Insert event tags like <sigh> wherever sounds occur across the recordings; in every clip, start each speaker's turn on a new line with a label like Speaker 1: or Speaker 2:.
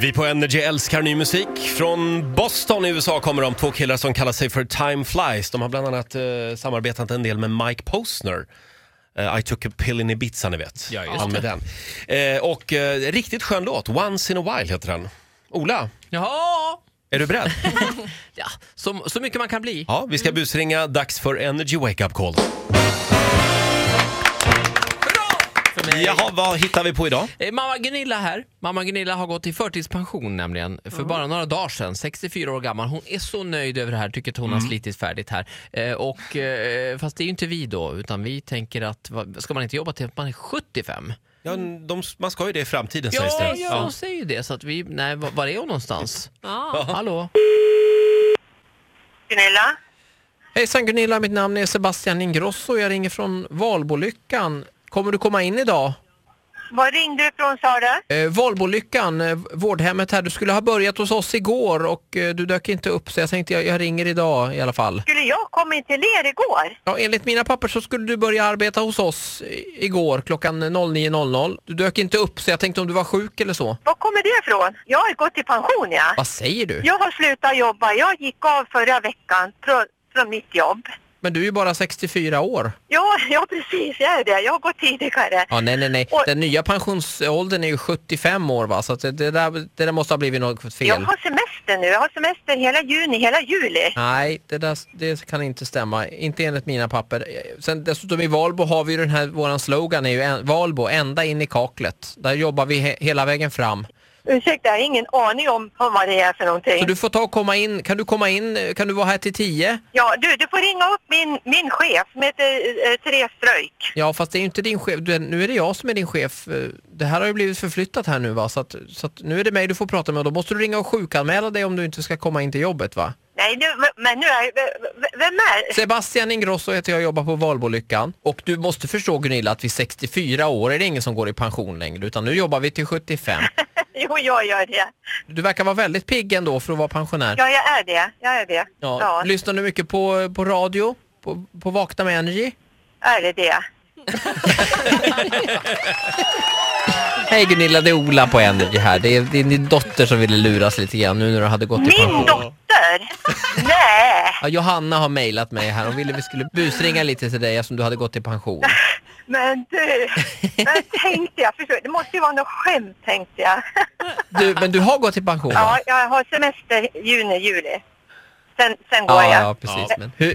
Speaker 1: Vi på Energy älskar ny musik. Från Boston i USA kommer de två killar som kallar sig för Time Flies. De har bland annat eh, samarbetat en del med Mike Posner. Eh, I took a pill in Ibiza ni vet.
Speaker 2: Ja, just
Speaker 1: Han med den. Eh, och eh, riktigt skön låt, Once in a while heter den. Ola,
Speaker 2: Jaha!
Speaker 1: är du <laughs> beredd?
Speaker 2: Ja, så, så mycket man kan bli.
Speaker 1: ja, vi ska busringa. Dags för Energy Wake Up Call.
Speaker 2: För mig.
Speaker 1: Jaha, vad hittar vi på idag?
Speaker 2: Eh, Mamma Gunilla här. Mamma Gunilla har gått i förtidspension nämligen för bara några dagar sedan. 64 år gammal. Hon är så nöjd över det här, tycker att hon har slitit färdigt här. Eh, och, eh, fast det är ju inte vi då, utan vi tänker att vad- ska man inte jobba till att man är 75?
Speaker 1: Ja, de, man ska ju det i framtiden sägs
Speaker 2: ja,
Speaker 1: det.
Speaker 2: ja, hon säger ju det. Så att vi, nej, var, var är hon någonstans?
Speaker 3: Ja.
Speaker 2: Hallå?
Speaker 4: Gunilla?
Speaker 2: Hejsan Gunilla, mitt namn är Sebastian Ingrosso. Jag ringer från Valbolyckan. Kommer du komma in idag?
Speaker 4: Var ringde du ifrån sa du?
Speaker 2: Eh, Valbolyckan, eh, vårdhemmet här. Du skulle ha börjat hos oss igår och eh, du dök inte upp så jag tänkte jag, jag ringer idag i alla fall.
Speaker 4: Skulle jag komma in till er igår?
Speaker 2: Ja, enligt mina papper så skulle du börja arbeta hos oss i- igår klockan 09.00. Du dök inte upp så jag tänkte om du var sjuk eller så.
Speaker 4: Var kommer det ifrån? Jag har gått i pension ja.
Speaker 2: Vad säger du?
Speaker 4: Jag har slutat jobba. Jag gick av förra veckan från, från mitt jobb.
Speaker 2: Men du är ju bara 64 år.
Speaker 4: Ja, <laughs> ja precis, jag är det. Jag har gått tidigare.
Speaker 2: Ja, nej, nej, nej.
Speaker 4: Och-
Speaker 2: Den nya pensionsåldern är ju 75 år va, så att det, det, där, det där måste ha blivit något fel.
Speaker 4: Jag har semester nu. Jag har semester hela juni, hela juli.
Speaker 2: Nej, det, där, det kan inte stämma. Inte enligt mina papper. Sen dessutom i Valbo har vi ju den här, våran slogan är ju en, Valbo ända in i kaklet. Där jobbar vi he, hela vägen fram.
Speaker 4: Ursäkta, jag har ingen aning om om vad det är för någonting.
Speaker 2: Så du får ta och komma in. Kan du komma in? eh, Kan du vara här till tio?
Speaker 4: Ja, du, du får ringa upp min, min chef som heter eh, Therese Ströjk.
Speaker 2: Ja, fast det är ju inte din chef. Du, är- nu är det jag som är din chef. Eh, Det här har ju blivit förflyttat här nu va, så att, så att nu är det mig du får prata med och då måste du ringa och sjukanmäla dig om du inte ska komma in till jobbet va?
Speaker 4: Nej, du, men nu är... Vem är... <laughs>
Speaker 2: Sebastian Ingrosso heter jag och jobbar på Valbolyckan. Och du måste förstå Gunilla att vid 64 år är det ingen som går i pension längre utan nu jobbar vi till 75.
Speaker 4: Jo, jag gör det.
Speaker 2: Du verkar vara väldigt pigg ändå för att vara pensionär.
Speaker 4: Ja, jag är det. Jag är det.
Speaker 2: Ja,
Speaker 4: Ja,
Speaker 2: Lyssnar du mycket på, på radio? På, på Vakna med Energy?
Speaker 4: är det det.
Speaker 2: Hej Gunilla, det är Ola på Energy här. Det är, det är din dotter som ville luras lite grann nu när du hade gått i
Speaker 4: Min
Speaker 2: pension. <laughs>
Speaker 4: dotter? Nej,
Speaker 2: Ja, Johanna har mejlat mig här. Hon ville vi skulle busringa lite till dig eftersom du hade gått i pension.
Speaker 4: men du. Men tänkte jag, förstår, det måste ju vara något skämt tänkte jag.
Speaker 2: Du, men du har gått i pension va?
Speaker 4: Ja, jag har semester juni, juli. Sen, sen går
Speaker 2: ja,
Speaker 4: jag.
Speaker 2: ja precis.
Speaker 1: Ja.
Speaker 2: Men hur,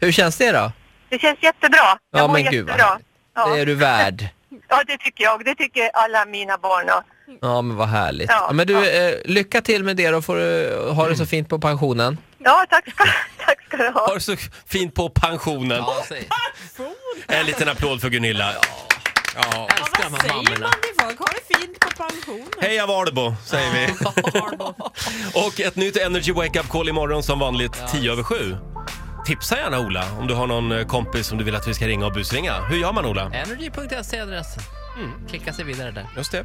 Speaker 2: hur känns det då?
Speaker 4: Det känns jättebra. Jag
Speaker 2: Ja,
Speaker 4: mår
Speaker 2: men gud vad
Speaker 4: jättebra.
Speaker 2: härligt. Det
Speaker 4: ja.
Speaker 2: är du värd.
Speaker 4: ja, det tycker jag. Det tycker alla mina barn. Och,
Speaker 2: Ja, men vad härligt.
Speaker 4: Ja,
Speaker 2: Ja, men du,
Speaker 4: ja.
Speaker 2: eh, lycka till med det då. Får du ha det så fint på pensionen.
Speaker 4: ja, tack ska, <laughs> tack ska du ha.
Speaker 1: Har det så fint på pensionen. En liten applåd för Gunilla. Ja.
Speaker 3: Ja, vad säger man till folk? Har det fint på pensionen?
Speaker 1: Heja Valbo, säger vi. Och ett nytt Energy Wake Up Call imorgon som vanligt, 10 över 7. Tipsa gärna Ola om du har någon eh, kompis som du vill att vi ska ringa och busringa. Hur gör man Ola?
Speaker 2: Energy.se adressen. Mm. Klicka sig vidare där.
Speaker 1: Just det.